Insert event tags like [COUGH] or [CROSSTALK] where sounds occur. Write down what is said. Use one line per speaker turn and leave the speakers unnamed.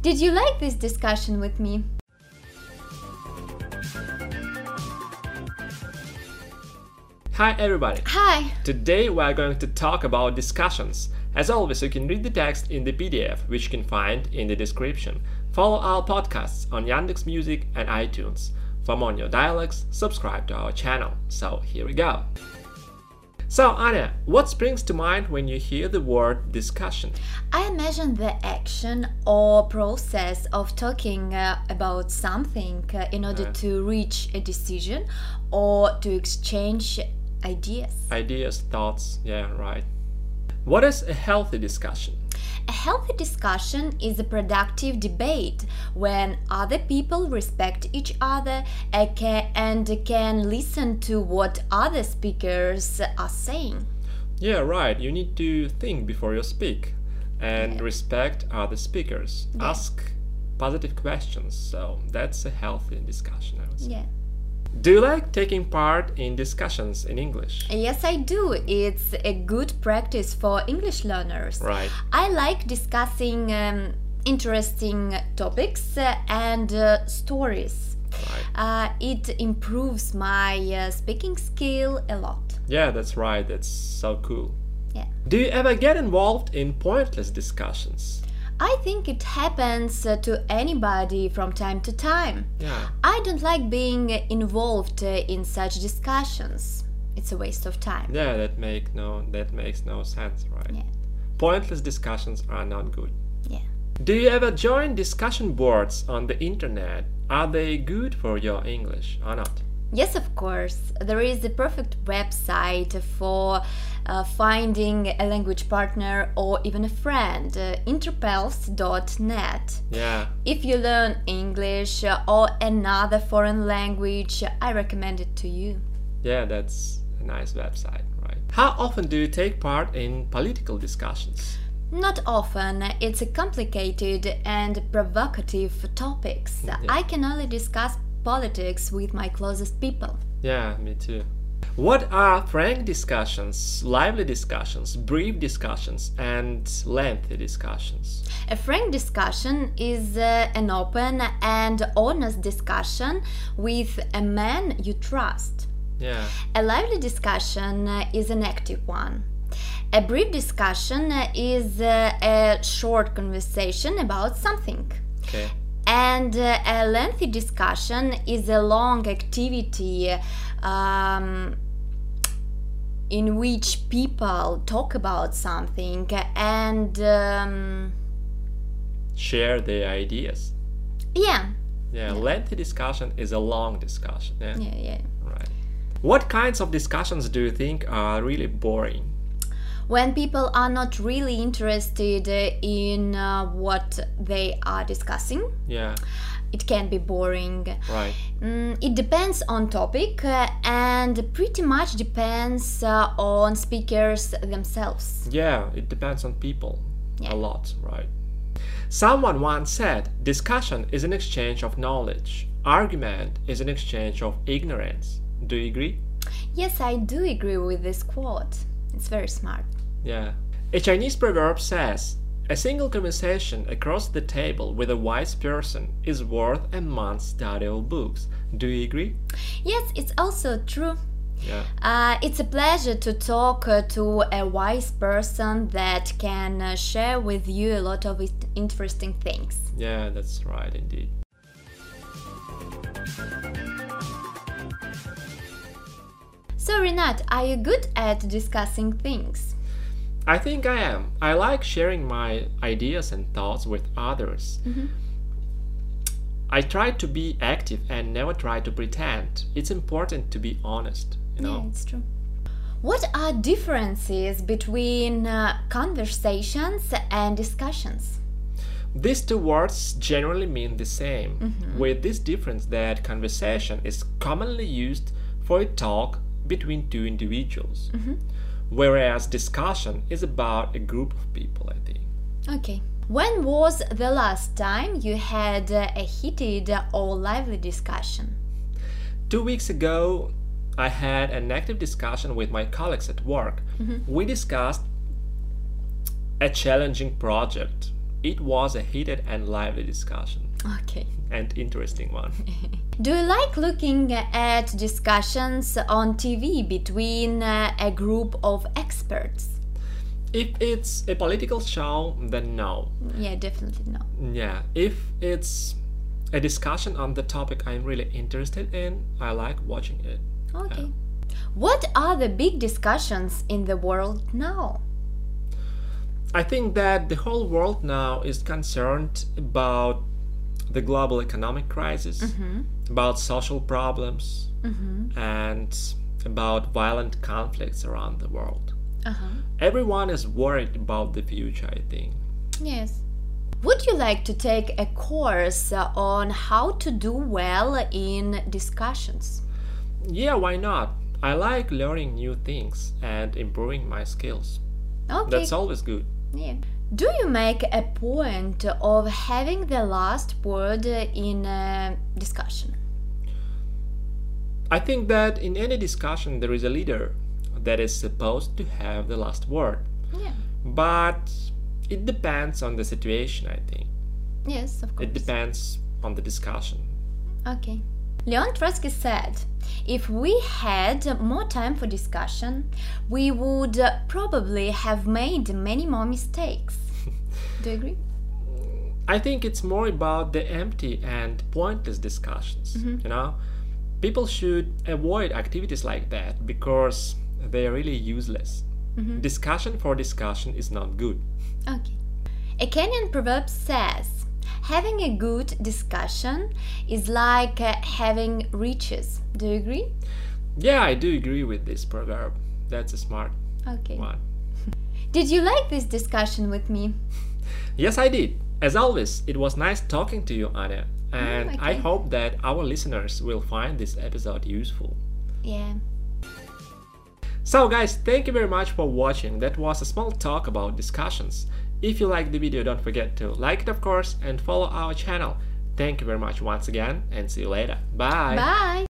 Did you like this discussion with me?
Hi everybody!
Hi!
Today we are going to talk about discussions. As always, you can read the text in the PDF, which you can find in the description. Follow our podcasts on Yandex Music and iTunes. For more new dialects, subscribe to our channel. So here we go. So Anya, what springs to mind when you hear the word discussion?
I imagine the action or process of talking uh, about something uh, in order
Yeah.
to reach a decision or to exchange ideas.
Ideas, thoughts, yeah, right. What is a healthy discussion?
A healthy discussion is a productive debate when other people respect each other uh, ca- and can listen to what other speakers are saying.
Yeah, right. You need to think before you speak and respect other speakers. Ask positive questions. So that's a healthy discussion, I would say.
Yeah.
Do you like taking part in discussions in English?
Yes, I do. It's a good practice for English learners.
Right.
I like discussing um, interesting topics uh, and uh, stories.
Right.
Uh, it improves my uh, speaking skill a lot.
Yeah, that's right. That's so cool.
Yeah.
Do you ever get involved in pointless discussions?
I think it happens uh, to anybody from time to time.
Yeah.
I don't like being involved uh, in such discussions. It's a waste of time.
Yeah, that make no that makes no sense, right?
Yeah.
Pointless discussions are not good.
Yeah.
Do you ever join discussion boards on the internet? Are they good for your English or not?
Yes, of course. There is the perfect website for uh, finding a language partner or even a friend, uh, interpels.net.
Yeah,
If you learn English uh, or another foreign language, I recommend it to you.
yeah, that's a nice website, right? How often do you take part in political discussions?
Not often, it's a complicated and provocative topics. I can only discuss politics with my closest people.
Yeah, me too. What are frank discussions, lively discussions, brief discussions, and lengthy discussions?
A frank discussion is uh, an open and honest discussion with a man you trust.
Yeah,
A lively discussion uh, is an active one. A brief discussion uh, is uh, a short conversation about something.
okay.
And uh, a lengthy discussion is a long activity um, in which people talk about something and um,
Share their ideas.
yeah,
Yeah, lengthy discussion is a long discussion. Yeah,
yeah, yeah.
right. What kinds of discussions do you think are really boring?
When people are not really interested uh, in uh, what they are discussing,
Yeah,
it can be boring.
right.
Mm, it depends on topic uh, and pretty much depends uh, on speakers themselves.
Yeah, it depends on people
Yeah.
a lot, right? Someone once said discussion is an exchange of knowledge, argument is an exchange of ignorance. Do you agree?
Yes, I do agree with this quote. It's very smart.
Yeah. A Chinese proverb says a single conversation across the table with a wise person is worth a month's study of books. Do you agree?
Yes, it's also true.
Yeah.
Uh, it's a pleasure to talk uh, to a wise person that can uh, share with you a lot of it- interesting things.
Yeah, that's right indeed.
So, Renat, are you good at discussing things?
I think I am. I like sharing my ideas and thoughts with others. I try to be active and never try to pretend. It's important to be honest, you
Yeah,
know.
it's true. What are differences between uh, conversations and discussions?
These two words generally mean the same, with this difference that conversation is commonly used for a talk between two individuals, whereas discussion is about a group of people, I think.
Okay. When was the last time you had uh, a heated or lively discussion?
Two weeks ago, I had an active discussion with my colleagues at work. We discussed a challenging project It was a heated and lively discussion
Okay.
and interesting one.
Do you like looking at discussions on TV between uh, a group of experts?
if it's a political show, then no.
Yeah, definitely no.
Yeah, if it's a discussion on the topic I'm really interested in, I like watching it.
Okay. What are the big discussions in the world now?
I think that the whole world now is concerned about the global economic crisis, about social problems, and about violent conflicts around the world.
Uh-huh.
Everyone is worried about the future, I think.
Yes. Would you like to take a course uh, on how to do well in discussions?
Yeah, why not? I like learning new things and improving my skills.
Okay.
That's always good.
Yeah. Do you make a point of having the last word uh, in a discussion?
I think that in any discussion there is a leader that is supposed to have the last word.
Yeah.
But it depends on the situation, I think.
Yes, of course.
It depends on the discussion.
Okay. Leon Trotsky said, if we had more time for discussion, we would uh, probably have made many more
[LAUGHS]
mistakes. Do you agree?
I think it's more about the empty and pointless discussions, you know? People should avoid activities like that because they are really useless. Discussion for discussion is not good.
Okay. A Kenyan proverb says, having a good discussion is like uh, having riches. Do you agree?
Yeah, I do agree with this proverb. That's a smart
Okay.
one.
Did you like this discussion with me?
Yes, I did. As always, it was nice talking to you, Anna, and I
okay.
hope that our listeners will find this episode useful.
Yeah.
So, guys, thank you very much for watching. That was a small talk about discussions. If you liked the video, don't forget to like it, of course, and follow our channel. Thank you very much once again, and see you later.
Bye.